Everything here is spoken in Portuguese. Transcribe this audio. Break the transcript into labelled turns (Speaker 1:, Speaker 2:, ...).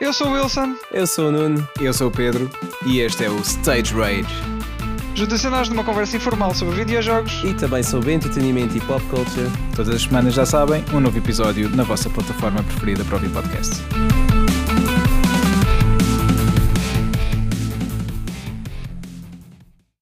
Speaker 1: Eu sou o Wilson,
Speaker 2: Eu sou o Nuno
Speaker 3: Eu sou o Pedro
Speaker 2: e este é o Stage Rage.
Speaker 1: juntem-se a nós numa conversa informal sobre videojogos.
Speaker 2: E também sobre entretenimento e pop culture.
Speaker 3: Todas as semanas já sabem, um novo episódio na vossa plataforma preferida para ouvir podcast.